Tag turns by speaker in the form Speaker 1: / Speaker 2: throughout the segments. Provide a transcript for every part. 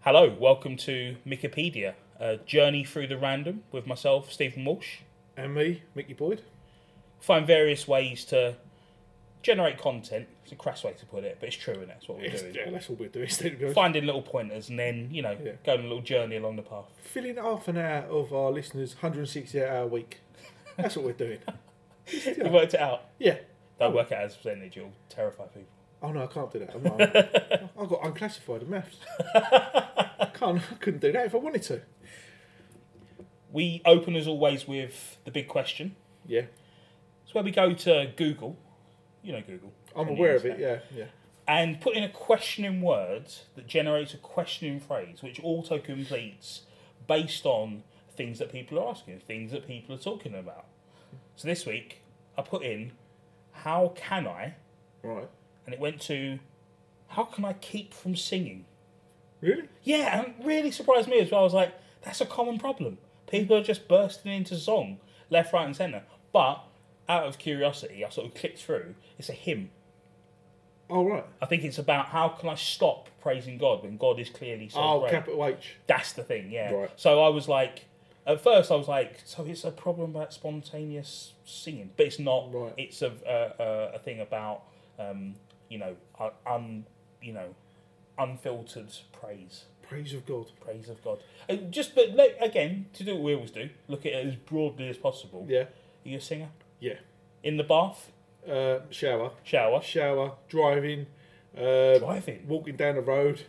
Speaker 1: Hello, welcome to Wikipedia, a journey through the random with myself, Stephen Walsh.
Speaker 2: And me, Mickey Boyd.
Speaker 1: Find various ways to generate content. It's a crass way to put it, but it's true, and that's what we're
Speaker 2: Yes,
Speaker 1: doing.
Speaker 2: yeah, that's all we're doing. Instead of
Speaker 1: Finding little pointers and then, you know,
Speaker 2: Yeah.
Speaker 1: going on a little journey along the path.
Speaker 2: filling half an hour of our listeners' 168 hour week. That's what we're doing.
Speaker 1: We worked it out.
Speaker 2: Yeah.
Speaker 1: Don't work it out as a percentage, it'll terrify people.
Speaker 2: Oh no, I can't do that. I'm not, I got unclassified in maths. I can't. I couldn't do that if I wanted to.
Speaker 1: We open, as always, with the big question.
Speaker 2: Yeah,
Speaker 1: It's where we go to Google. You know Google.
Speaker 2: I'm
Speaker 1: And the
Speaker 2: aware of it.
Speaker 1: internet.
Speaker 2: Yeah, yeah.
Speaker 1: and put in a questioning word that generates a questioning phrase, which auto completes based on things that people are asking, things that people are talking about. So this week, I put in, How can I?
Speaker 2: Right.
Speaker 1: and it went to, How can I keep from singing?
Speaker 2: Really?
Speaker 1: Yeah, and it really surprised me as well. I was like, That's a common problem. People are just bursting into song left, right, and centre. But out of curiosity, I sort of clicked through. It's a hymn.
Speaker 2: Oh right.
Speaker 1: I think it's about how can I stop praising God when God is clearly so
Speaker 2: oh,
Speaker 1: great.
Speaker 2: capital H.
Speaker 1: That's the thing, yeah.
Speaker 2: Right.
Speaker 1: So I was like, at first I was like, so it's a problem about spontaneous singing, but it's not.
Speaker 2: Right.
Speaker 1: It's a a, a, a thing about um, you know uh, un you know unfiltered praise.
Speaker 2: Praise of God.
Speaker 1: Praise of God. And just, but like, again, to do what we always do, look at it as broadly as possible.
Speaker 2: Yeah.
Speaker 1: Are you a singer?
Speaker 2: Yeah.
Speaker 1: In the bath?
Speaker 2: Uh, shower.
Speaker 1: Shower?
Speaker 2: Shower. Driving. Uh,
Speaker 1: Driving?
Speaker 2: Walking down the road.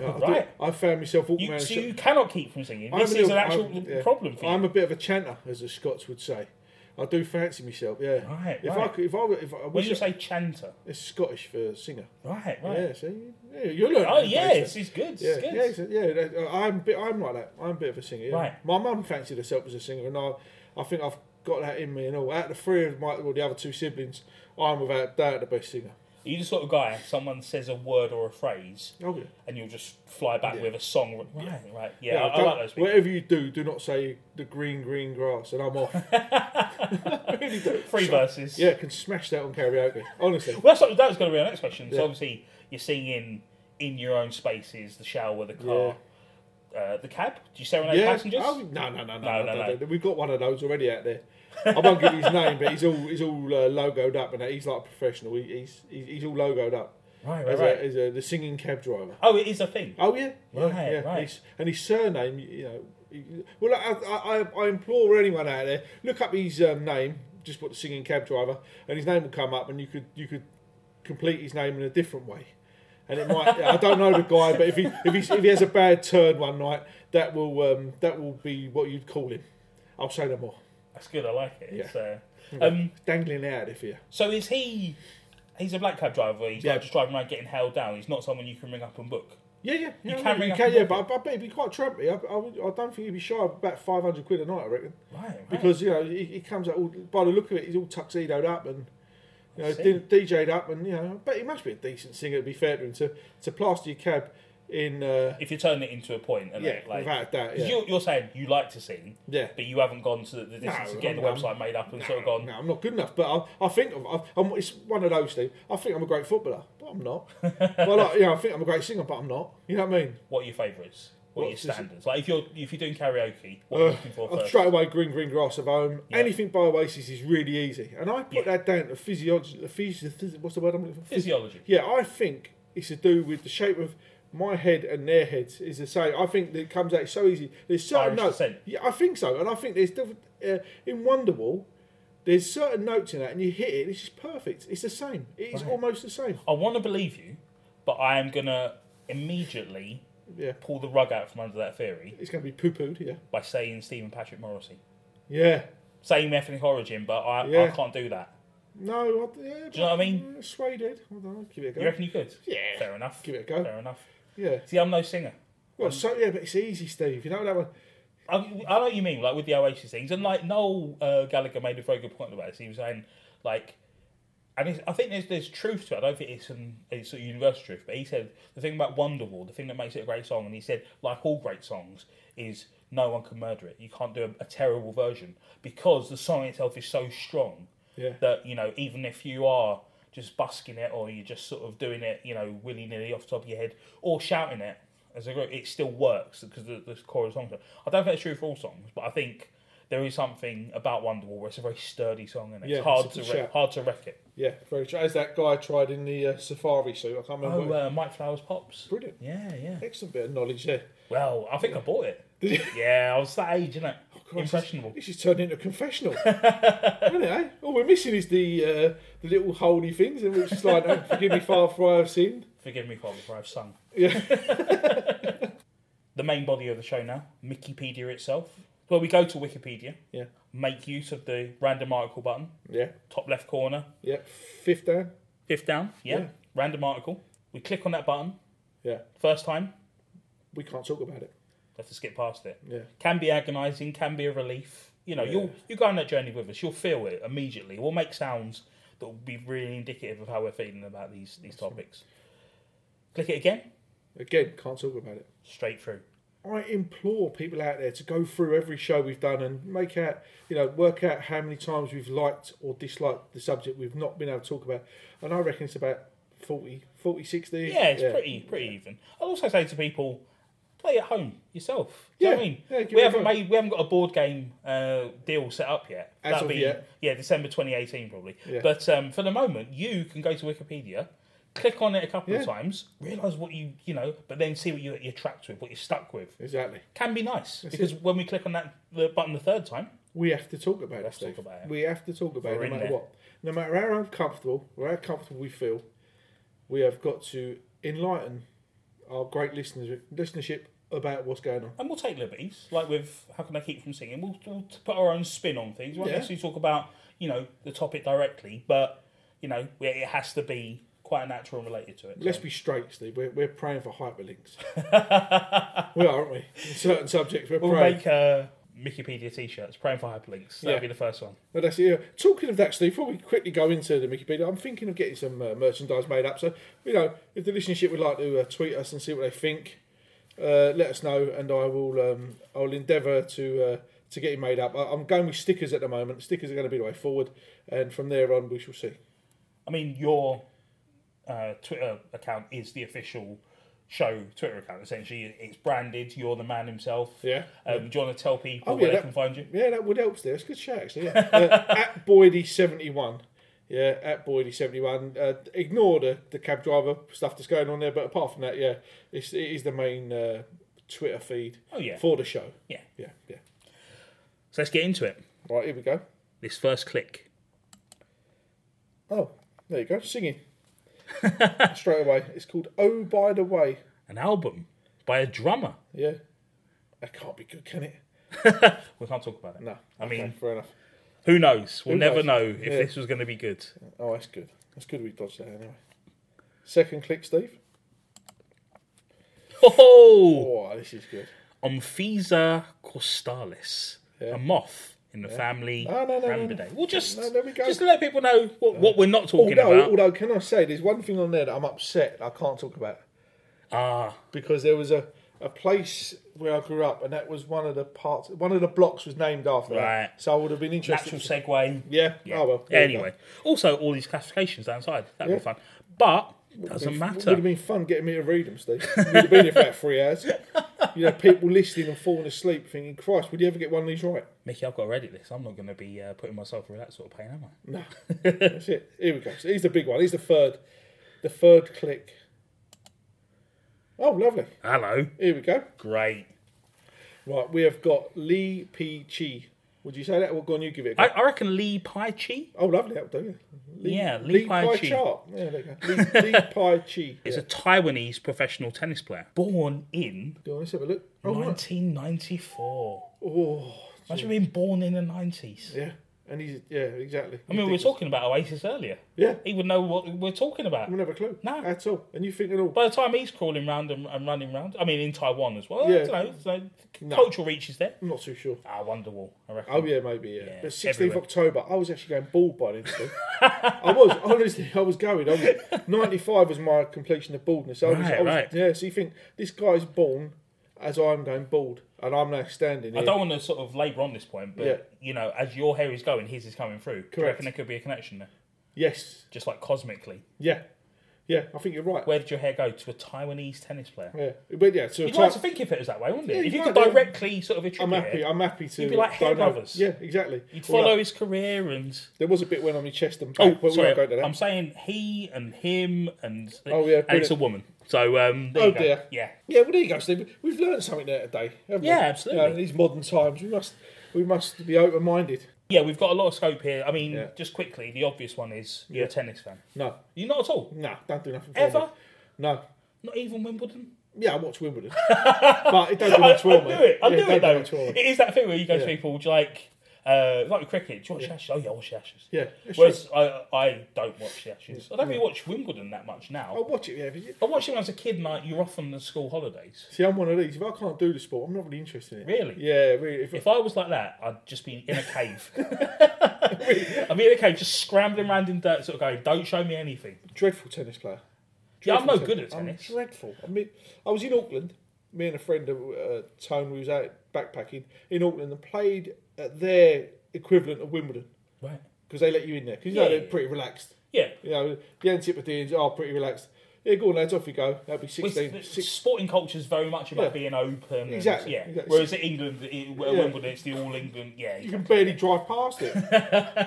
Speaker 2: Uh, I do-
Speaker 1: Right.
Speaker 2: I found myself walking
Speaker 1: You,
Speaker 2: around. the
Speaker 1: so
Speaker 2: sho-
Speaker 1: you cannot keep from singing.
Speaker 2: I'm
Speaker 1: This
Speaker 2: a
Speaker 1: is
Speaker 2: little-
Speaker 1: an actual
Speaker 2: I'm- yeah.
Speaker 1: problem for you.
Speaker 2: I'm a bit of a chanter, as the Scots would say. I do fancy myself, yeah.
Speaker 1: Right,
Speaker 2: If I
Speaker 1: right.
Speaker 2: could, if I, were- if I
Speaker 1: When
Speaker 2: wish
Speaker 1: you
Speaker 2: I,
Speaker 1: say chanter,
Speaker 2: it's Scottish for singer.
Speaker 1: right, right.
Speaker 2: Yeah, see, yeah, you're learning.
Speaker 1: Oh
Speaker 2: these
Speaker 1: yeah,
Speaker 2: days,
Speaker 1: it's, it's good, it's
Speaker 2: yeah,
Speaker 1: good.
Speaker 2: yeah, it's- yeah. that- uh, I'm, a bit, I'm like that. I'm a bit of a singer. Yeah.
Speaker 1: Right.
Speaker 2: My mum fancied herself as a singer, and I, I think I've got that in me. And all out of the three of my, well, the other two siblings, I'm without doubt the best singer.
Speaker 1: Are you the sort of guy? Someone says a word or a phrase,
Speaker 2: Oh yeah.
Speaker 1: and you'll just fly back
Speaker 2: Yeah.
Speaker 1: with a song. Right, right. Yeah, I, I
Speaker 2: don't-
Speaker 1: like those people.
Speaker 2: Whatever you do, do not say the green, green grass, and I'm off. really do.
Speaker 1: Three verses.
Speaker 2: Yeah, can smash that on karaoke. Honestly.
Speaker 1: Well, that's what, that was going to be our next question.
Speaker 2: Yeah.
Speaker 1: So obviously, you're singing in your own spaces, the shower, the car, uh, the cab. Do you serenade
Speaker 2: Yeah.
Speaker 1: passengers?
Speaker 2: Oh, no, no, no,
Speaker 1: No,
Speaker 2: no,
Speaker 1: no,
Speaker 2: no, no,
Speaker 1: no.
Speaker 2: no. We've got one of those already out there. I won't give his name, but he's all he's all uh, logoed up, and that. he's like a professional. He, he's, he's he's all logoed up
Speaker 1: Right, right,
Speaker 2: as,
Speaker 1: right.
Speaker 2: a, as a, the singing cab driver.
Speaker 1: Oh, it is a thing.
Speaker 2: Oh yeah, yeah,
Speaker 1: Right,
Speaker 2: yeah.
Speaker 1: right.
Speaker 2: He's, and his surname, you know. he- Well, I, I, I implore anyone out there, look up his um, name. Just put the singing cab driver, and his name will come up, and you could you could complete his name in a different way. And it might. I don't know the guy, but if he if, he's, if he has a bad turn one night, that will um, that will be what you'd call him. I'll say no more.
Speaker 1: That's good. I like it.
Speaker 2: Yeah.
Speaker 1: It's, uh, um,
Speaker 2: Dangling out if you.
Speaker 1: so is he? He's a black cab driver. He's
Speaker 2: Yeah.
Speaker 1: like just driving around getting held down. He's not someone you can ring up and book.
Speaker 2: Yeah, yeah, yeah,
Speaker 1: can
Speaker 2: yeah,
Speaker 1: ring
Speaker 2: you
Speaker 1: up
Speaker 2: can,
Speaker 1: and
Speaker 2: yeah,
Speaker 1: book
Speaker 2: but I, bet he'd be quite trampy. I, I, would- I don't think he'd be shy of about five hundred quid a night. I reckon.
Speaker 1: Right, right.
Speaker 2: because you know he, he comes out all, by the look of it he's all tuxedoed up and you
Speaker 1: I
Speaker 2: know
Speaker 1: see.
Speaker 2: d- DJ'd up and you know but he must be a decent singer to be fair to him to, to plaster your cab in uh,
Speaker 1: if you turn it into a point, and
Speaker 2: yeah
Speaker 1: it, like,
Speaker 2: without that
Speaker 1: Because
Speaker 2: yeah
Speaker 1: you're, you're saying you like to sing,
Speaker 2: yeah
Speaker 1: but you haven't gone to the the
Speaker 2: No,
Speaker 1: distance of getting the
Speaker 2: I'm-
Speaker 1: website made up and sort of gone.
Speaker 2: no, I'm not good enough, but I, I think I'm, I'm- I'm. It's one of those things. I think I'm a great footballer, but I'm not. well, like, you know, I think I'm a great singer, but I'm not. You know what I mean?
Speaker 1: What are your favourites? What are your
Speaker 2: What's this-
Speaker 1: standards? Like if you're if you're doing karaoke, what are you
Speaker 2: Uh,
Speaker 1: looking for
Speaker 2: I'll
Speaker 1: first?
Speaker 2: straight away, green, green grass of home.
Speaker 1: Yeah.
Speaker 2: Anything by Oasis is really easy, and I put
Speaker 1: Yeah.
Speaker 2: that down to physiology. Physi- what's the word I'm looking for?
Speaker 1: Physiology.
Speaker 2: Yeah, I think it's to do with the shape of my head and their heads. Is the same. I think that it comes out so easy. There's
Speaker 1: Irish
Speaker 2: certain notes.
Speaker 1: descent.
Speaker 2: Yeah, I think so, and I think there's different. Uh, in Wonderwall, there's certain notes in that, and you hit it. It's just perfect. It's the same. It is
Speaker 1: Right.
Speaker 2: almost the same.
Speaker 1: I want to believe you, but I am gonna immediately
Speaker 2: Yeah,
Speaker 1: pull the rug out from under that theory
Speaker 2: it's going to be poo pooed. Yeah,
Speaker 1: by saying Stephen Patrick Morrissey.
Speaker 2: yeah.
Speaker 1: Same ethnic origin, but I, I
Speaker 2: Yeah.
Speaker 1: can't do that.
Speaker 2: No,
Speaker 1: Do
Speaker 2: I, yeah,
Speaker 1: you know what I mean?
Speaker 2: uh, Suede head. Hold on, give it a go.
Speaker 1: You reckon you could?
Speaker 2: Yeah.
Speaker 1: Fair enough.
Speaker 2: Give it a go.
Speaker 1: Fair enough.
Speaker 2: Yeah.
Speaker 1: See, I'm no singer.
Speaker 2: Well, so yeah, but it's easy, Steve. You know that one.
Speaker 1: I, I know what you mean, like with the Oasis things, and like Noel uh, Gallagher made a very good point about this. He was saying, like, and it's, I think there's there's truth to it. I don't think it's an it's a universal truth, but he said the thing about Wonderwall, the thing that makes it a great song, and he said like all great songs is no one can murder it. You can't do a, a terrible version because the song itself is so strong
Speaker 2: Yeah.
Speaker 1: that you know even if you are just busking it or you're just sort of doing it, you know, willy nilly off the top of your head or shouting it, as a group, it still works because the, the core of the songs. I don't think it's true for all songs, but I think there is something about Wonderwall where it's a very sturdy song and it's
Speaker 2: Yeah,
Speaker 1: hard
Speaker 2: it's a good
Speaker 1: to wreck,
Speaker 2: shout.
Speaker 1: hard to wreck it.
Speaker 2: Yeah, very true. As that guy tried in the uh, safari suit, I can't remember.
Speaker 1: Oh,
Speaker 2: what it-
Speaker 1: uh, Mike Flowers pops.
Speaker 2: Brilliant.
Speaker 1: Yeah, yeah.
Speaker 2: Excellent bit of knowledge there.
Speaker 1: Well, I think I bought it.
Speaker 2: Did you? Oh,
Speaker 1: Yeah, I was that age, innit?
Speaker 2: Christ,
Speaker 1: Impressionable.
Speaker 2: This is turned into a confessional. Isn't it, eh? All we're missing is the uh, the little holy things, and we're just like, oh, forgive me, Father, for I have sinned.
Speaker 1: Forgive me, Father, for I've sung.
Speaker 2: Yeah.
Speaker 1: the main body of the show now, Wikipedia itself. Well, we go to Wikipedia,
Speaker 2: Yeah.
Speaker 1: make use of the random article button,
Speaker 2: Yeah.
Speaker 1: top left corner,
Speaker 2: Yeah. Fifth down.
Speaker 1: fifth down, yeah,
Speaker 2: Yeah.
Speaker 1: random article. We click on that button,
Speaker 2: Yeah.
Speaker 1: first time,
Speaker 2: We can't talk about it.
Speaker 1: have to skip past it.
Speaker 2: Yeah.
Speaker 1: Can be agonising, can be a relief. You know,
Speaker 2: Yeah.
Speaker 1: you'll you go on that journey with us. You'll feel it immediately. We'll make sounds that will be really indicative of how we're feeling about these these topics. Click it again,
Speaker 2: Again, can't talk about it.
Speaker 1: straight through.
Speaker 2: I implore people out there to go through every show we've done and make out, you know, work out how many times we've liked or disliked the subject we've not been able to talk about. And I reckon it's about 40, 40 60.
Speaker 1: Yeah, it's pretty pretty even. I'll also say to people, play at home yourself. Do you know
Speaker 2: Yeah,
Speaker 1: what I mean?
Speaker 2: yeah, give
Speaker 1: we
Speaker 2: it a
Speaker 1: haven't
Speaker 2: go.
Speaker 1: made we haven't got a board game uh, deal set up yet.
Speaker 2: As
Speaker 1: That'll
Speaker 2: of yet.
Speaker 1: yeah, December twenty eighteen probably.
Speaker 2: Yeah.
Speaker 1: But um, for the moment you can go to Wikipedia, click on it a couple of
Speaker 2: Yeah.
Speaker 1: times, realise what you you know, but then see what you you're trapped with, what you're stuck with.
Speaker 2: Exactly.
Speaker 1: Can be nice. because when we click on that the button the third time,
Speaker 2: We have to talk about
Speaker 1: Let's
Speaker 2: it. Steve.
Speaker 1: talk about it.
Speaker 2: We have to talk about
Speaker 1: We're
Speaker 2: it
Speaker 1: in
Speaker 2: no matter
Speaker 1: there.
Speaker 2: what. No matter how uncomfortable or how comfortable we feel, we have got to enlighten our great listeners listenership about what's going on.
Speaker 1: and we'll take liberties, like with how can I keep from singing? We'll, we'll t- put our own spin on things. We won't
Speaker 2: Yeah.
Speaker 1: necessarily talk about you know the topic directly, but you know we- it has to be quite natural and related to it.
Speaker 2: Let's
Speaker 1: So-
Speaker 2: be straight, Steve. We're, we're praying for hyperlinks. we are, aren't we? In certain subjects, we're
Speaker 1: we'll
Speaker 2: praying.
Speaker 1: make uh, Wikipedia t-shirts praying for hyperlinks. That'll
Speaker 2: Yeah.
Speaker 1: be the first one.
Speaker 2: But that's it. yeah. Talking of that, Steve, before we quickly go into the Wikipedia, I'm thinking of getting some uh, merchandise made up. So, you know, if the listenership would like to uh, tweet us and see what they think, uh, let us know, and I will. Um, I will endeavour to uh, to get it made up. I, I'm going with stickers at the moment. Stickers are going to be the way forward, and from there on, we shall see.
Speaker 1: I mean, your uh, Twitter account is the official show Twitter account. Essentially, it's branded. You're the man himself.
Speaker 2: Yeah.
Speaker 1: Um, do you want to tell people
Speaker 2: Oh, yeah,
Speaker 1: where they
Speaker 2: that-
Speaker 1: can find you?
Speaker 2: Yeah, that would help there. It's a good shout, actually. Yeah. uh, at Boydie71. Yeah, at Boydie71. Uh, ignore the, the cab driver stuff that's going on there, but apart from that, yeah, it's, it is the main uh, Twitter feed
Speaker 1: Oh yeah.
Speaker 2: for the show.
Speaker 1: Yeah.
Speaker 2: Yeah, yeah.
Speaker 1: So let's get into it.
Speaker 2: Right, here we go.
Speaker 1: This first click.
Speaker 2: Oh, there you go. Singing. Straight away. It's called Oh By The Way.
Speaker 1: An album by a drummer.
Speaker 2: Yeah. That can't be good, can it?
Speaker 1: We can't talk about it.
Speaker 2: No.
Speaker 1: I mean-
Speaker 2: fair enough.
Speaker 1: Who knows? We'll
Speaker 2: Who
Speaker 1: never
Speaker 2: knows?
Speaker 1: know if
Speaker 2: Yeah.
Speaker 1: this was going to be good.
Speaker 2: Oh, that's good. That's good we dodged that anyway. Second click, Steve.
Speaker 1: Oh,
Speaker 2: Oh, this is good.
Speaker 1: Omphiza costalis,
Speaker 2: Yeah.
Speaker 1: a moth in the family
Speaker 2: No, no, no, no, no.
Speaker 1: Rambidae. We'll just
Speaker 2: No, there we go.
Speaker 1: just to let people know what, what we're not talking
Speaker 2: although,
Speaker 1: about.
Speaker 2: although, can I say there's one thing on there that I'm upset I can't talk about
Speaker 1: Ah,
Speaker 2: because there was a, a place where I grew up, and that was one of the parts, one of the blocks was named after. that.
Speaker 1: Right.
Speaker 2: So I would have been interested.
Speaker 1: natural segue.
Speaker 2: yeah.
Speaker 1: Yeah.
Speaker 2: Oh well. there you
Speaker 1: anyway, also all these classifications downside. That'd
Speaker 2: Yeah.
Speaker 1: be fun, but
Speaker 2: go.
Speaker 1: doesn't
Speaker 2: It would have
Speaker 1: matter.
Speaker 2: been fun getting me to read them, Steve. We'd have been here for about three hours. You know, people listening and falling asleep, thinking, "Christ, would you ever get one of these right?"
Speaker 1: Mickey, I've got to edit this. I'm not going to be uh, putting myself through that sort of pain, am I?
Speaker 2: No. That's it. Here we go. So here's the big one. Here's the third, the third click. Oh, lovely.
Speaker 1: Hello,
Speaker 2: Here we go.
Speaker 1: great.
Speaker 2: Right, we have got Lee P. Chi. Would you say that? Well, go on, you give it a go.
Speaker 1: I, I reckon Lee Pai Chi
Speaker 2: oh, lovely, that'll do you.
Speaker 1: Yeah, Lee
Speaker 2: Lee
Speaker 1: Pai
Speaker 2: Pai
Speaker 1: Chi.
Speaker 2: Chart. Yeah, there you go. Lee, Lee Pai Chi.
Speaker 1: is
Speaker 2: Yeah.
Speaker 1: a Taiwanese professional tennis player born in
Speaker 2: Go on, let's have a look. Oh, right.
Speaker 1: 1994.
Speaker 2: oh
Speaker 1: Imagine being born in the 90s.
Speaker 2: yeah. And he's, yeah, exactly.
Speaker 1: I mean, we were talking about Oasis earlier.
Speaker 2: Yeah,
Speaker 1: He would know what we're talking about.
Speaker 2: I wouldn't have a clue.
Speaker 1: No.
Speaker 2: At all. And you thinking, oh,
Speaker 1: By the time he's crawling round and, and running round, I mean, in Taiwan as well.
Speaker 2: Yeah.
Speaker 1: I don't know. So
Speaker 2: No.
Speaker 1: Cultural reach is there.
Speaker 2: I'm not too sure.
Speaker 1: Ah, Wonderwall, I reckon.
Speaker 2: Oh, yeah, maybe, yeah.
Speaker 1: Yeah,
Speaker 2: but 16th
Speaker 1: everywhere.
Speaker 2: October, I was actually going bald by then. Steve. I was, honestly, I was going. I was, 95 was my completion of baldness. I was,
Speaker 1: Right,
Speaker 2: I was,
Speaker 1: right.
Speaker 2: Yeah, so you think, this guy's born as I'm going bald, and I'm now standing here.
Speaker 1: I don't want to sort of labour on this point, but
Speaker 2: Yeah.
Speaker 1: you know, as your hair is going, his is coming through. Do you
Speaker 2: Correct.
Speaker 1: reckon there could be a connection there?
Speaker 2: Yes.
Speaker 1: Just like cosmically.
Speaker 2: Yeah. Yeah, I think you're right.
Speaker 1: Where did your hair go to a Taiwanese tennis player?
Speaker 2: Yeah, but yeah, so
Speaker 1: You'd
Speaker 2: Ty-
Speaker 1: like to think if it was that way, wouldn't it?
Speaker 2: Yeah,
Speaker 1: if
Speaker 2: you
Speaker 1: you could
Speaker 2: might, yeah.
Speaker 1: directly sort of
Speaker 2: I'm
Speaker 1: attribute
Speaker 2: happy.
Speaker 1: it,
Speaker 2: I'm happy to
Speaker 1: You'd be like hair
Speaker 2: donate.
Speaker 1: brothers.
Speaker 2: Yeah, exactly.
Speaker 1: you'd
Speaker 2: Well,
Speaker 1: follow
Speaker 2: like,
Speaker 1: his career and.
Speaker 2: there was a bit went on my chest and
Speaker 1: Oh,
Speaker 2: back, but we
Speaker 1: sorry,
Speaker 2: won't go to that.
Speaker 1: I'm saying he and him and
Speaker 2: Oh,
Speaker 1: and
Speaker 2: yeah,
Speaker 1: it's
Speaker 2: brilliant.
Speaker 1: a woman. So um, there
Speaker 2: Oh,
Speaker 1: you go.
Speaker 2: dear.
Speaker 1: yeah.
Speaker 2: Yeah, well, there you go, Steve. We've learned something there today, haven't
Speaker 1: Yeah,
Speaker 2: we?
Speaker 1: absolutely.
Speaker 2: You know, in these modern times, we must we must be open minded.
Speaker 1: Yeah, we've got a lot of scope here. I mean,
Speaker 2: Yeah.
Speaker 1: just quickly, the obvious one is you're a
Speaker 2: Yeah.
Speaker 1: tennis fan.
Speaker 2: No,
Speaker 1: You're not at all.
Speaker 2: no, don't do nothing. For
Speaker 1: Ever?
Speaker 2: Me. No.
Speaker 1: Not even Wimbledon.
Speaker 2: Yeah, I watch Wimbledon, but it don't do
Speaker 1: I,
Speaker 2: much
Speaker 1: I
Speaker 2: for me.
Speaker 1: knew it. I
Speaker 2: yeah,
Speaker 1: knew
Speaker 2: don't
Speaker 1: it
Speaker 2: do
Speaker 1: though.
Speaker 2: much for
Speaker 1: It
Speaker 2: me.
Speaker 1: is that thing where you go to
Speaker 2: Yeah.
Speaker 1: people, would you like, uh, like cricket? Do you watch the Ashes? Oh yeah, I watch the Ashes.
Speaker 2: Yeah, it's
Speaker 1: Whereas I, I don't watch the Ashes. I don't really watch Wimbledon that much now.
Speaker 2: I watch it. Yeah, but you-
Speaker 1: I watched it when I was a kid, and like, you're off on the school holidays.
Speaker 2: see, I'm one of these. If I can't do the sport, I'm not really interested in it.
Speaker 1: Really?
Speaker 2: Yeah, really. If,
Speaker 1: If I was like that, I'd just be in a cave. I'd be in a cave, just scrambling around in dirt, sort of going, don't show me anything.
Speaker 2: dreadful tennis player.
Speaker 1: Yeah, I'm no
Speaker 2: Dreadful
Speaker 1: good at
Speaker 2: I'm
Speaker 1: tennis.
Speaker 2: dreadful. I mean, I was in Auckland. Me and a friend of uh, Tone, we was out backpacking in Auckland and played at their equivalent of Wimbledon
Speaker 1: Right.
Speaker 2: because they let you in there because you
Speaker 1: Yeah,
Speaker 2: know
Speaker 1: yeah.
Speaker 2: they're pretty relaxed.
Speaker 1: Yeah.
Speaker 2: You know, the Antipodeans are pretty relaxed. Yeah, go on, lads, off you go. That'll be
Speaker 1: With-
Speaker 2: 16.
Speaker 1: with
Speaker 2: six-
Speaker 1: sporting culture is very much about
Speaker 2: Yeah.
Speaker 1: being open. and-
Speaker 2: Exactly,
Speaker 1: yeah.
Speaker 2: exactly.
Speaker 1: Whereas in England, it, well,
Speaker 2: Yeah.
Speaker 1: Wimbledon, it's the all England. Yeah.
Speaker 2: you can barely drive past it.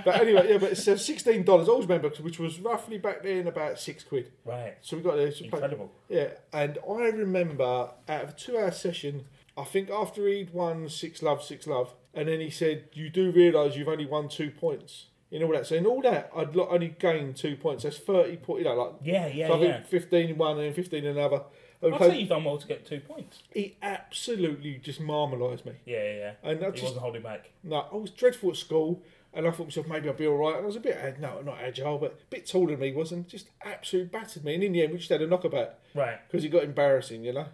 Speaker 2: but anyway, yeah, but it's uh, $16. I always remember, which was roughly back then about six quid.
Speaker 1: Right.
Speaker 2: So we got there. so we played-
Speaker 1: Incredible.
Speaker 2: Yeah, and I remember out of a two hour session, I think after he'd won Six Love, Six Love, and then he said, You do realise you've only won two points in all that. So in all that, I'd lo- only gained two points. That's 30 points, you know, like
Speaker 1: Yeah, yeah,
Speaker 2: so I
Speaker 1: yeah.
Speaker 2: think 15 in one and then 15 in another. And
Speaker 1: I'd
Speaker 2: so
Speaker 1: say you've done well to get two points.
Speaker 2: he absolutely just marmalised me.
Speaker 1: Yeah, yeah, yeah.
Speaker 2: And
Speaker 1: he
Speaker 2: I just,
Speaker 1: wasn't holding back.
Speaker 2: no, I was dreadful at school. And I thought to myself, maybe I'll be all right. And I was a bit, ag- no, not agile, but a bit taller than me was, and just absolutely battered me. And in the end, we just had a knockabout
Speaker 1: Right.
Speaker 2: because it got embarrassing, you know.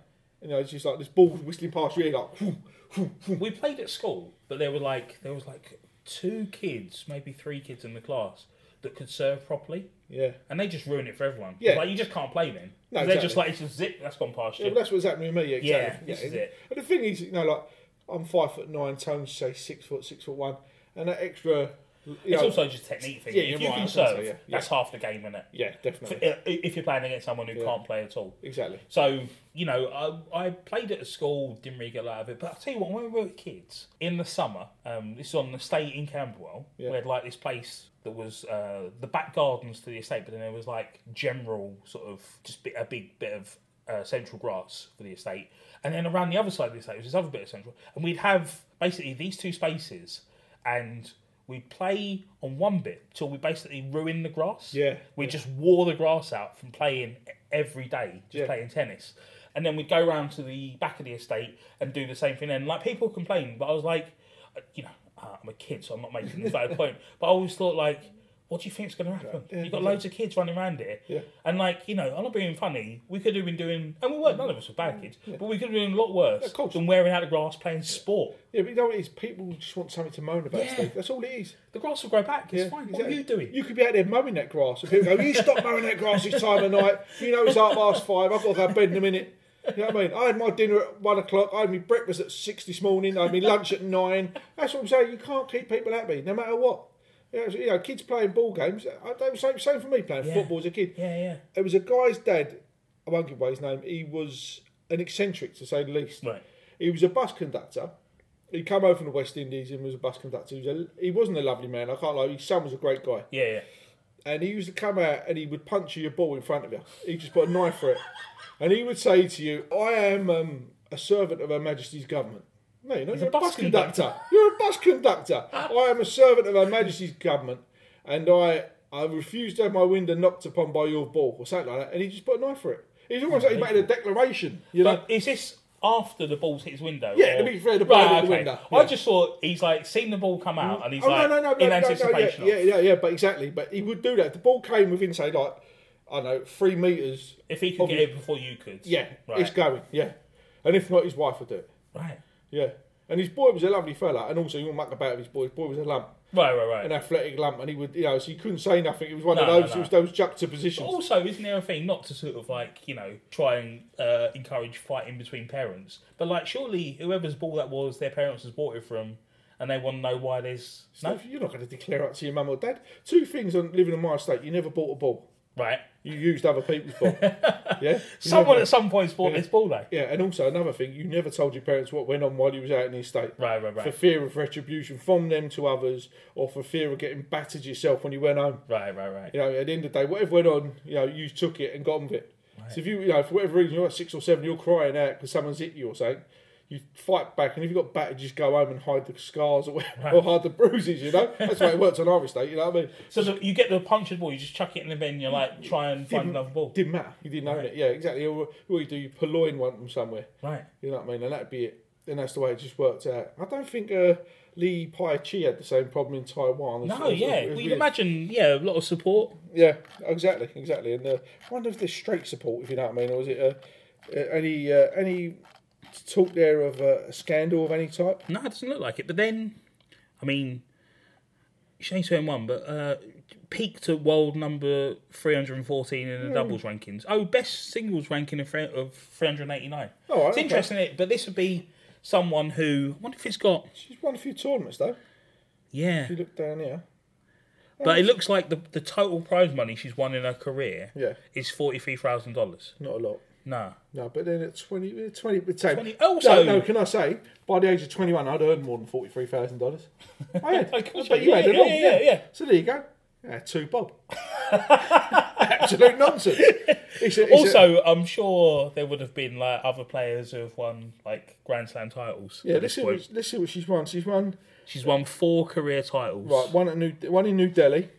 Speaker 2: You know, it's just like this ball whistling past you, like, whoom, whoom, whoom.
Speaker 1: We played at school, but there were like there was like two kids, maybe three kids in the class that could serve properly.
Speaker 2: yeah.
Speaker 1: And they just ruin it for everyone.
Speaker 2: Yeah.
Speaker 1: Like you just can't play them.
Speaker 2: No,
Speaker 1: They're just
Speaker 2: exactly.
Speaker 1: like it's a zip that's gone past
Speaker 2: yeah
Speaker 1: you.
Speaker 2: well, that's what's happening with me, yeah, exactly.
Speaker 1: Yeah, this is it.
Speaker 2: And the thing is, you know, like I'm five foot nine, Tony's say six foot, six foot one, and that extra, you
Speaker 1: it's
Speaker 2: know,
Speaker 1: also just a technique thing.
Speaker 2: Yeah,
Speaker 1: if
Speaker 2: you're
Speaker 1: you can
Speaker 2: right, I think so,
Speaker 1: serve,
Speaker 2: yeah, yeah.
Speaker 1: that's half the game, isn't it?
Speaker 2: yeah, definitely,
Speaker 1: If you're playing against someone who
Speaker 2: Yeah.
Speaker 1: can't play at all.
Speaker 2: exactly.
Speaker 1: So, you know, I, I played it at school, didn't really get a lot of it. But I'll tell you what, when we were kids, in the summer, um, this is on the estate in Camberwell,
Speaker 2: Yeah.
Speaker 1: we had like this place that was uh, the back gardens to the estate, but then there was like general sort of just bit, a big bit of uh, central grass for the estate. And then around the other side of the estate was this other bit of central. And we'd have basically these two spaces and we'd play on one bit till we basically ruined the grass.
Speaker 2: Yeah.
Speaker 1: We just wore the grass out from playing every day, just
Speaker 2: Yeah.
Speaker 1: playing tennis. And then we'd go round to the back of the estate and do the same thing. And like people complained, but I was like, uh, you know, uh, I'm a kid, so I'm not making this valid point. But I always thought like, what do you think's going to happen? You've got loads of kids running around here,
Speaker 2: Yeah.
Speaker 1: and like you know, I'm not being funny. We could have been doing, and we weren't. None of us were bad kids, but we could have been doing a lot worse
Speaker 2: course.
Speaker 1: than wearing out the grass playing sport.
Speaker 2: Yeah, but you know what it is? People just want something to moan about,
Speaker 1: Yeah.
Speaker 2: Steve. That's all it is.
Speaker 1: The grass will grow back. It's
Speaker 2: Yeah,
Speaker 1: fine. What
Speaker 2: exactly.
Speaker 1: are you doing?
Speaker 2: You could be out there mowing that grass. And people go, you stop mowing that grass this time of night. You know it's half past five. I've got to go to bed in a minute. You know what I mean? I had my dinner at one o'clock. I had my breakfast at six this morning. I had my lunch at nine. That's what I'm saying. You can't keep people happy, no matter what. You know, you know, kids playing ball games. I, they were same, same for me playing
Speaker 1: Yeah.
Speaker 2: football as a kid.
Speaker 1: yeah, yeah.
Speaker 2: There was a guy's dad. I won't give away his name. He was an eccentric, to say the least.
Speaker 1: Right.
Speaker 2: He was a bus conductor. He came over from the West Indies and was a bus conductor. He, was a, he wasn't a lovely man. I can't lie. His son was a great guy,
Speaker 1: Yeah, yeah.
Speaker 2: and he used to come out and he would punch you your ball in front of you. He just put a knife for it, and he would say to you, "I am um, a servant of Her Majesty's government." No, you're not. You're a bus conductor. You're a bus conductor. I am a servant of Her Majesty's government, and I I refuse to have my window knocked upon by your ball or something like that. And he just put a knife for it. He's almost like he made a declaration. You know.
Speaker 1: But is this after the ball's hit his window?
Speaker 2: Yeah, to be fair, the ball hit the window,
Speaker 1: I
Speaker 2: yeah.
Speaker 1: just thought he's like seen the ball come out and he's
Speaker 2: Oh
Speaker 1: like
Speaker 2: no, no, no,
Speaker 1: in
Speaker 2: no, no, no, yeah,
Speaker 1: anticipation. of-
Speaker 2: yeah, yeah, yeah, but exactly. But he would do that. If the ball came within, say, like I don't know, three meters.
Speaker 1: If he could
Speaker 2: of
Speaker 1: get
Speaker 2: his-
Speaker 1: it before you could,
Speaker 2: yeah,
Speaker 1: right,
Speaker 2: it's going, yeah. And if not, his wife would do it,
Speaker 1: right,
Speaker 2: yeah. And his boy was a lovely fella, and also you all muck about his boy. His boy was a lump,
Speaker 1: right, right, right.
Speaker 2: an athletic lump, and uh, he would, you know, so he couldn't say nothing. It was one
Speaker 1: No,
Speaker 2: of
Speaker 1: no,
Speaker 2: those,
Speaker 1: no. Oh,
Speaker 2: it was those juxtapositions.
Speaker 1: Also, isn't there a thing not to sort of like you know try and uh, encourage fighting between parents, but like surely whoever's ball that was, their parents has bought it from, and they want to know why there's no.
Speaker 2: Steve, You're not going to declare out to your mum or dad. Two things on living in my estate: you never bought a ball,
Speaker 1: right?
Speaker 2: You used other people's ball. yeah. You
Speaker 1: Someone
Speaker 2: never-
Speaker 1: at some point bought this ball, though.
Speaker 2: Yeah, and also another thing, you never told your parents what went on while you was out in the estate.
Speaker 1: Right, right, right.
Speaker 2: For fear of retribution from them to others, or for fear of getting battered yourself when you went home.
Speaker 1: Right, right, right.
Speaker 2: You know, at the end of the day, whatever went on, you know, you took it and got on with it. So if you, you know, for whatever reason, you're at six or seven, you're crying out because someone's hit you or something. You fight back, and if you got battered, you just go home and hide the scars or, whatever, or hide the bruises. You know, that's why it works on our estate. You know what I mean?
Speaker 1: So the, you get the punctured ball, you just chuck it in the bin, you like try and find another ball.
Speaker 2: Didn't matter. You didn't own it. Yeah, exactly. Or what you do, you purloin one from somewhere.
Speaker 1: Right.
Speaker 2: You know what I mean? And that'd be it. And that's the way it just worked out. I don't think uh, Lee Pai Chi had the same problem in Taiwan. It's-
Speaker 1: No,
Speaker 2: it's-
Speaker 1: yeah.
Speaker 2: it's
Speaker 1: Well, you'd
Speaker 2: weird.
Speaker 1: imagine, yeah, a lot of support.
Speaker 2: Yeah, exactly, exactly. And uh, I wonder if there's straight support, if you know what I mean, or is it uh, uh, any uh, any talk there of uh, a scandal of any type?
Speaker 1: No, it doesn't look like it. But then, I mean, Shane's two and one, but uh, peaked at world number 314 in the
Speaker 2: Hmm.
Speaker 1: doubles rankings. Oh, best singles ranking of, thre- of 389.
Speaker 2: Oh, right,
Speaker 1: it's
Speaker 2: okay.
Speaker 1: interesting, it, but this would be someone who, I wonder if it's got,
Speaker 2: She's won a few tournaments though.
Speaker 1: yeah.
Speaker 2: If you look down here,
Speaker 1: But it looks like the, the total prize money she's won in her career
Speaker 2: Yeah.
Speaker 1: is $43,000.
Speaker 2: not a lot.
Speaker 1: No.
Speaker 2: No, but then at 20, uh, 20, but say,
Speaker 1: 20 also-
Speaker 2: no, no, can I say, by the age of 21, I'd earned more than $43,000. I had.
Speaker 1: I
Speaker 2: I
Speaker 1: guess
Speaker 2: bet
Speaker 1: you-
Speaker 2: you had
Speaker 1: yeah,
Speaker 2: a lot.
Speaker 1: yeah, yeah, yeah.
Speaker 2: So there you go. Yeah, two bob. Absolute nonsense. It's a- it's a-
Speaker 1: Also, I'm sure there would have been like other players who have won like Grand Slam titles.
Speaker 2: yeah,
Speaker 1: at this
Speaker 2: let's see,
Speaker 1: point.
Speaker 2: what, let's see what she's won. She's won
Speaker 1: She's won four career titles.
Speaker 2: Right, one at New, one in New Delhi.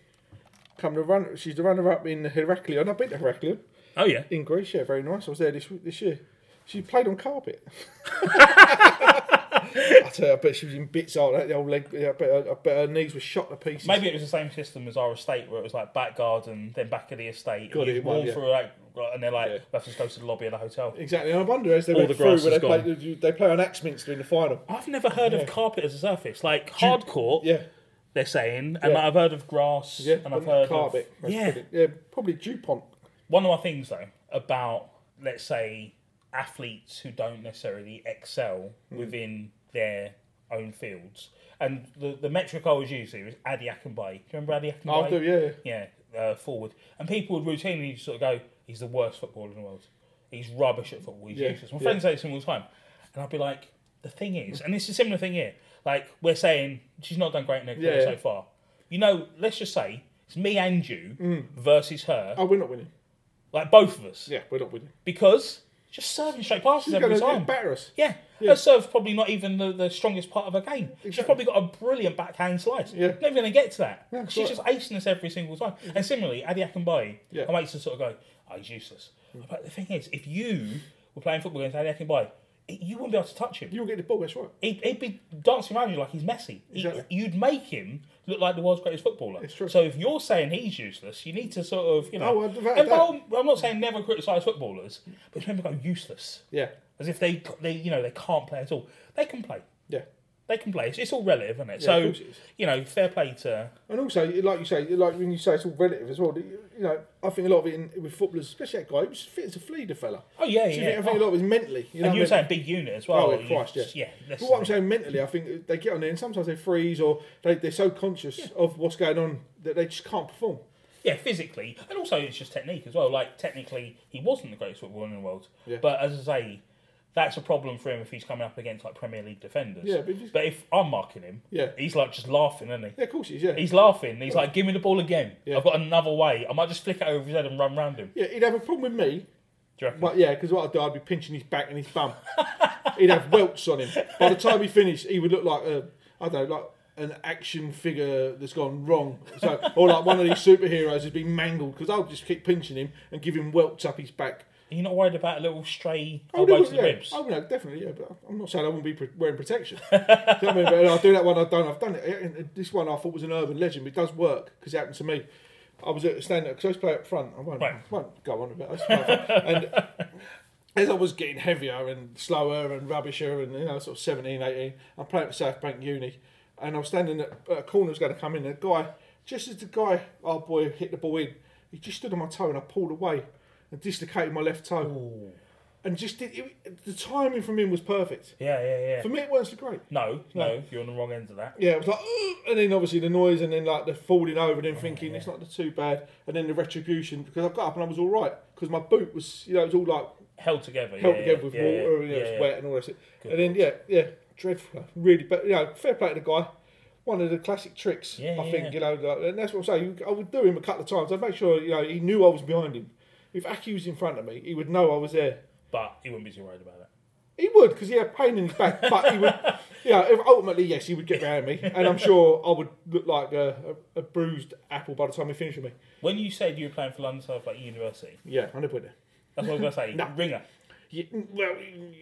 Speaker 2: Come to run, she's the runner-up in Heraklion. I've been to Heraklion
Speaker 1: Oh yeah.
Speaker 2: in Greece. Yeah, very nice. I was there this this year. She played on carpet. I tell you, I bet she was in bits. All that the old leg. I bet, her, I bet her knees were shot to pieces.
Speaker 1: Maybe it was the same system as our estate, where it was like back garden, then back of the estate.
Speaker 2: God,
Speaker 1: and you
Speaker 2: it was,
Speaker 1: walk
Speaker 2: yeah.
Speaker 1: through like, right, and they're like,
Speaker 2: Yeah.
Speaker 1: we have to go to the lobby of the hotel.
Speaker 2: exactly. And I wonder as they went
Speaker 1: the
Speaker 2: through
Speaker 1: grass
Speaker 2: when they
Speaker 1: is gone.
Speaker 2: played. They play on Axminster in the final.
Speaker 1: I've never heard of carpet as a surface, like hard court.
Speaker 2: Yeah,
Speaker 1: They're saying, and
Speaker 2: Yeah.
Speaker 1: I've heard of grass,
Speaker 2: yeah.
Speaker 1: and I've
Speaker 2: wasn't it
Speaker 1: heard
Speaker 2: carpet.
Speaker 1: Of,
Speaker 2: That's
Speaker 1: yeah.
Speaker 2: pretty- yeah. Probably Dupont.
Speaker 1: One of my things though about let's say athletes who don't necessarily excel
Speaker 2: Hmm.
Speaker 1: within their own fields, and the the metric I was using was Adi Akinbaye. Do you remember Adi Akinbaye?
Speaker 2: Oh, I do. Yeah.
Speaker 1: yeah, uh, forward. And people would routinely just sort of go, he's the worst footballer in the world. He's rubbish at football. He's
Speaker 2: Yeah,
Speaker 1: useless. My
Speaker 2: yeah.
Speaker 1: friends say this to me all the time. And I'd be like, the thing is, and it's a similar thing here, like we're saying she's not done great in her career
Speaker 2: Yeah.
Speaker 1: so far. You know, let's just say it's me and you
Speaker 2: Hmm.
Speaker 1: versus her,
Speaker 2: Oh, we're not winning.
Speaker 1: like both of us,
Speaker 2: Yeah, we're not winning.
Speaker 1: because just serving straight passes
Speaker 2: She's
Speaker 1: every
Speaker 2: going to
Speaker 1: time.
Speaker 2: embarrass us.
Speaker 1: Yeah. Her serve's probably not even the, the strongest part of her game. She's probably got a brilliant backhand slice.
Speaker 2: Yeah.
Speaker 1: Not even going to get to that.
Speaker 2: Yeah,
Speaker 1: She's
Speaker 2: right.
Speaker 1: just acing us every single time. And similarly, Adi Akinbaye,
Speaker 2: Yeah.
Speaker 1: I make to sort of go, oh, he's useless. But the thing is, if you were playing football against Adi Akinbaye, it- you wouldn't be able to touch him.
Speaker 2: You'll get the ball. That's right.
Speaker 1: He'd, he'd be dancing around you like he's messy.
Speaker 2: Exactly.
Speaker 1: You'd make him look like the world's greatest footballer.
Speaker 2: It's true.
Speaker 1: So if you're saying he's useless, you need to sort of, you know.
Speaker 2: Oh, well, that-
Speaker 1: and
Speaker 2: that-
Speaker 1: I'm, I'm not saying never criticise footballers, but remember, go useless
Speaker 2: Yeah.
Speaker 1: as if they, they you know they can't play at all. They can play.
Speaker 2: Yeah.
Speaker 1: They can play. It's, it's all relative, isn't it?
Speaker 2: Yeah, of
Speaker 1: so
Speaker 2: course it is.
Speaker 1: you know, fair play to
Speaker 2: And also, like you say, like when you say it's all relative as well, that you you know, I think a lot of it in, with footballers, especially that guy, he was fit as a flea, the fella.
Speaker 1: oh yeah
Speaker 2: So
Speaker 1: yeah.
Speaker 2: I think a
Speaker 1: Oh,
Speaker 2: lot of it is mentally. You know
Speaker 1: and you were
Speaker 2: what I mean?
Speaker 1: saying big unit as well.
Speaker 2: Oh, yeah, Christ, yeah.
Speaker 1: that's-
Speaker 2: But what I'm saying mentally, I think they get on there and sometimes they freeze or they, they're so conscious of what's going on that they just can't perform.
Speaker 1: yeah, physically, and also it's just technique as well. Like technically, he wasn't the greatest footballer in the world,
Speaker 2: Yeah.
Speaker 1: but as I say, that's a problem for him if he's coming up against like Premier League defenders.
Speaker 2: Yeah, but just-
Speaker 1: if I'm marking him,
Speaker 2: Yeah.
Speaker 1: he's like just laughing, isn't he?
Speaker 2: Yeah, of course it is, yeah.
Speaker 1: He's laughing. He's like, "Give me the ball again.
Speaker 2: Yeah.
Speaker 1: I've got another way. I might just flick it over his head and run round him."
Speaker 2: yeah, he'd have a problem with me,
Speaker 1: Do you reckon?
Speaker 2: but yeah, because what I'd do, I'd be pinching his back and his bum. he'd have welts on him. By the time he finished, he would look like a, I don't know, like an action figure that's gone wrong. So, or like one of these superheroes has been mangled because I'll just keep pinching him and give him welts up his back.
Speaker 1: Are you not worried about a little stray
Speaker 2: Oh,
Speaker 1: elbow
Speaker 2: no,
Speaker 1: to the
Speaker 2: yeah.
Speaker 1: ribs?
Speaker 2: oh no, definitely, yeah. But I'm not saying I wouldn't be pre- wearing protection. Do you know what I mean? But I do that one. I've done. I've done it. And This one I thought was an urban legend, but it does work because it happened to me. I was at a stand up because I used to play up front. I won't,
Speaker 1: Right.
Speaker 2: I won't go on about it. I used to play up front. And as I was getting heavier and slower and rubbisher and you know sort of 17, 18, I'm playing at South Bank Uni, and I was standing at at a corner was going to come in. And a guy, just as the guy, our boy, hit the ball in, he just stood on my toe and I pulled away and dislocated my left toe. and just did it, the timing from him was perfect.
Speaker 1: Yeah, yeah, yeah.
Speaker 2: For me, it works so great.
Speaker 1: No, no, you're on the wrong end of that.
Speaker 2: Yeah, it was like, "Ugh," and then obviously the noise, and then like the falling over, then thinking it's not too bad, and then the retribution because I got up and I was all right because my boot was, you know, it was all like
Speaker 1: Held together.
Speaker 2: held
Speaker 1: yeah,
Speaker 2: together with
Speaker 1: yeah,
Speaker 2: water
Speaker 1: yeah,
Speaker 2: and it was
Speaker 1: yeah,
Speaker 2: wet and all this.
Speaker 1: Good
Speaker 2: and then yeah, yeah, dreadful, really. But you know, fair play to the guy. One of the classic tricks,
Speaker 1: Yeah,
Speaker 2: I
Speaker 1: yeah,
Speaker 2: think.
Speaker 1: yeah.
Speaker 2: You know, like, and that's what I'm saying. I would do him a couple of times. I'd make sure you know he knew I was behind him. If Aki was in front of me, he would know I was there.
Speaker 1: But he wouldn't be too worried about that.
Speaker 2: He would, because he had pain in his back. But he would, you know, if- ultimately, yes, he would get round me, and I'm sure I would look like a, a, a bruised apple by the time he finished with me.
Speaker 1: When you said you were playing for London South like University,
Speaker 2: Yeah, I never went there.
Speaker 1: that's what I was going to say.
Speaker 2: No.
Speaker 1: Ringer.
Speaker 2: Yeah, well,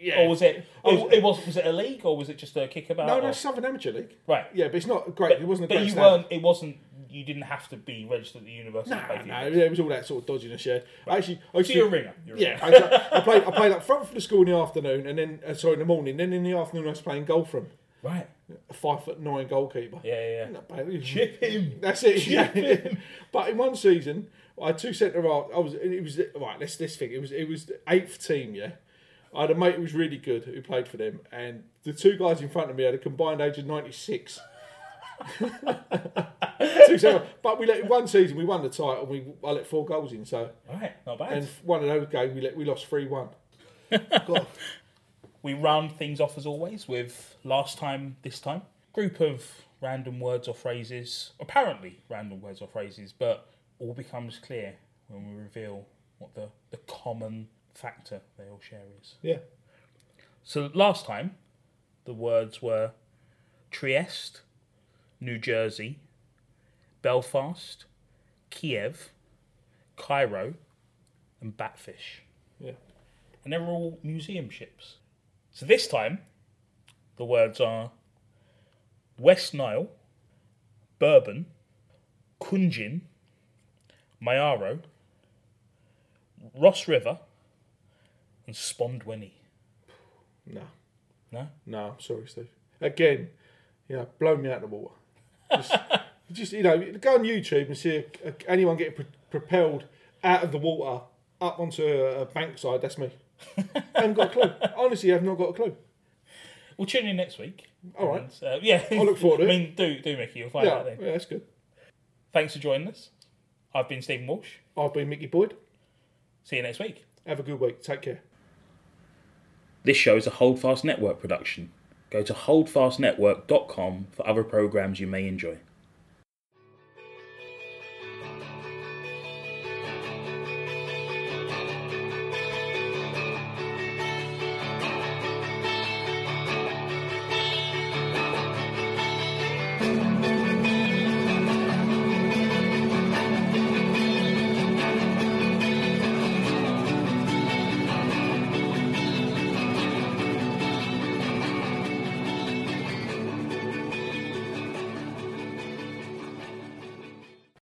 Speaker 2: yeah.
Speaker 1: Or was it?
Speaker 2: Oh,
Speaker 1: it was was it a league or was it just a kickabout?
Speaker 2: no,
Speaker 1: or-
Speaker 2: no, it's Southern Amateur League.
Speaker 1: Right.
Speaker 2: Yeah, but it's not great.
Speaker 1: But,
Speaker 2: it wasn't a
Speaker 1: but
Speaker 2: great
Speaker 1: you
Speaker 2: standard.
Speaker 1: weren't. It wasn't. You didn't have to be registered at the university. to play
Speaker 2: No,
Speaker 1: for
Speaker 2: no,
Speaker 1: Europe.
Speaker 2: yeah, it was all that sort of dodginess. Yeah, I actually, I used
Speaker 1: So
Speaker 2: to-
Speaker 1: you're a ringer. You're a
Speaker 2: yeah,
Speaker 1: ringer.
Speaker 2: I, used to- I played, I played up front for the school in the afternoon, and then uh, sorry in the morning. Then in the afternoon, I was playing golf from
Speaker 1: Right.
Speaker 2: a five foot nine goalkeeper.
Speaker 1: Yeah, yeah. yeah.
Speaker 2: Not bad, it was-
Speaker 1: Chip him.
Speaker 2: That's it. Yeah. but in one season, I had two centre half. I was. It was right. Let's this thing. It was. It was the eighth team. Yeah. I had a mate who was really good who played for them, and the two guys in front of me had a combined age of ninety six. two centre- but we let in one season we won the title. We I let four goals in. So
Speaker 1: Right. Not bad.
Speaker 2: and one of those games we let we lost three one. God.
Speaker 1: we round things off as always with last time, this time. Group of random words or phrases, apparently random words or phrases, but all becomes clear when we reveal what the, the common factor they all share is.
Speaker 2: Yeah.
Speaker 1: So last time, the words were Trieste, New Jersey, Belfast, Kiev, Cairo, and Batfish
Speaker 2: Yeah.
Speaker 1: and they're all museum ships. So this time, the words are West Nile, Bourbon, Kunjin, Mayaro, Ross River, and Spondwenny.
Speaker 2: No.
Speaker 1: No?
Speaker 2: No, I'm sorry, Steve. Again, you know, blow me out the water. Just, just you know, go on YouTube and see a, a- anyone getting pro- propelled out of the water up onto a, a bankside. That's me. I haven't got a clue. Honestly, I've not got a clue.
Speaker 1: We'll tune in next week.
Speaker 2: All right.
Speaker 1: And, uh, yeah.
Speaker 2: I'll look forward to
Speaker 1: I
Speaker 2: it.
Speaker 1: mean, do, do, Mickey. You'll find
Speaker 2: Yeah,
Speaker 1: out then.
Speaker 2: yeah, that's good.
Speaker 1: Thanks for joining us. I've been Stephen Walsh.
Speaker 2: I've been Mickey Boyd.
Speaker 1: See you next week.
Speaker 2: Have a good week. Take care.
Speaker 1: This show is a Holdfast Network production. Go to holdfastnetwork.com for other programs you may enjoy.